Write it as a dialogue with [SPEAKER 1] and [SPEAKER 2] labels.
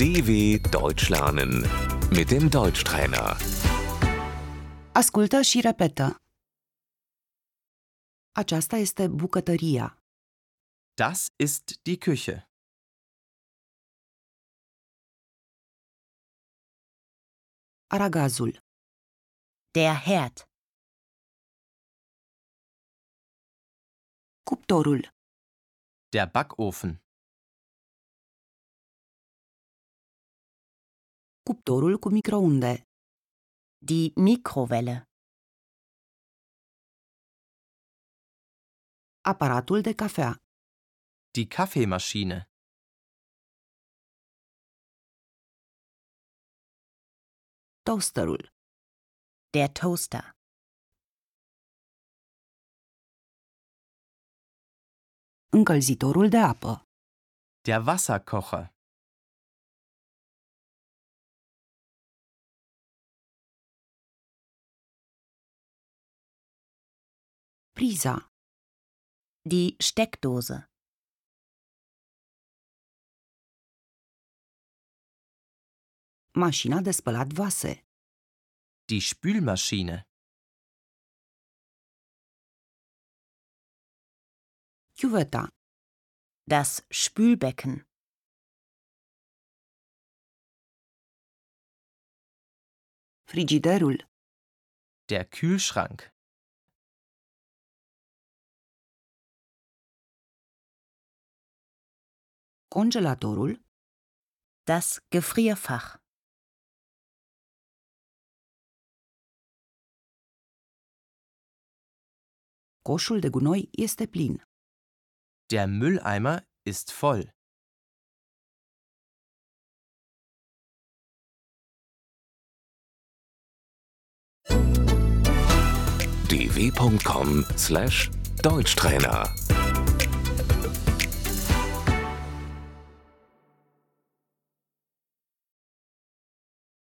[SPEAKER 1] DW Deutsch lernen mit dem Deutschtrainer.
[SPEAKER 2] Ascultă și repetă. Aceasta este bucătăria.
[SPEAKER 3] Das ist die Küche.
[SPEAKER 2] Aragazul.
[SPEAKER 4] Der Herd,
[SPEAKER 2] Cuptorul.
[SPEAKER 3] Der Backofen.
[SPEAKER 2] Cuptorul cu microunde.
[SPEAKER 4] die Mikrowelle,
[SPEAKER 2] Aparatul de cafea.
[SPEAKER 3] Die Kaffeemaschine.
[SPEAKER 2] Toasterul.
[SPEAKER 4] der Toaster,
[SPEAKER 2] Încălzitorul de apă.
[SPEAKER 3] Der Wasserkocher.
[SPEAKER 2] Priza.
[SPEAKER 4] die Steckdose,
[SPEAKER 2] Mașina de spălat vase.
[SPEAKER 3] Die Spülmaschine.
[SPEAKER 2] Chiuveta.
[SPEAKER 4] das Spülbecken,
[SPEAKER 2] Frigiderul.
[SPEAKER 3] Der Kühlschrank.
[SPEAKER 2] Congelatorul.
[SPEAKER 4] das Gefrierfach,
[SPEAKER 2] Coșul de gunoi este plin.
[SPEAKER 3] Der Mülleimer ist voll.
[SPEAKER 1] dw.com/deutschtrainer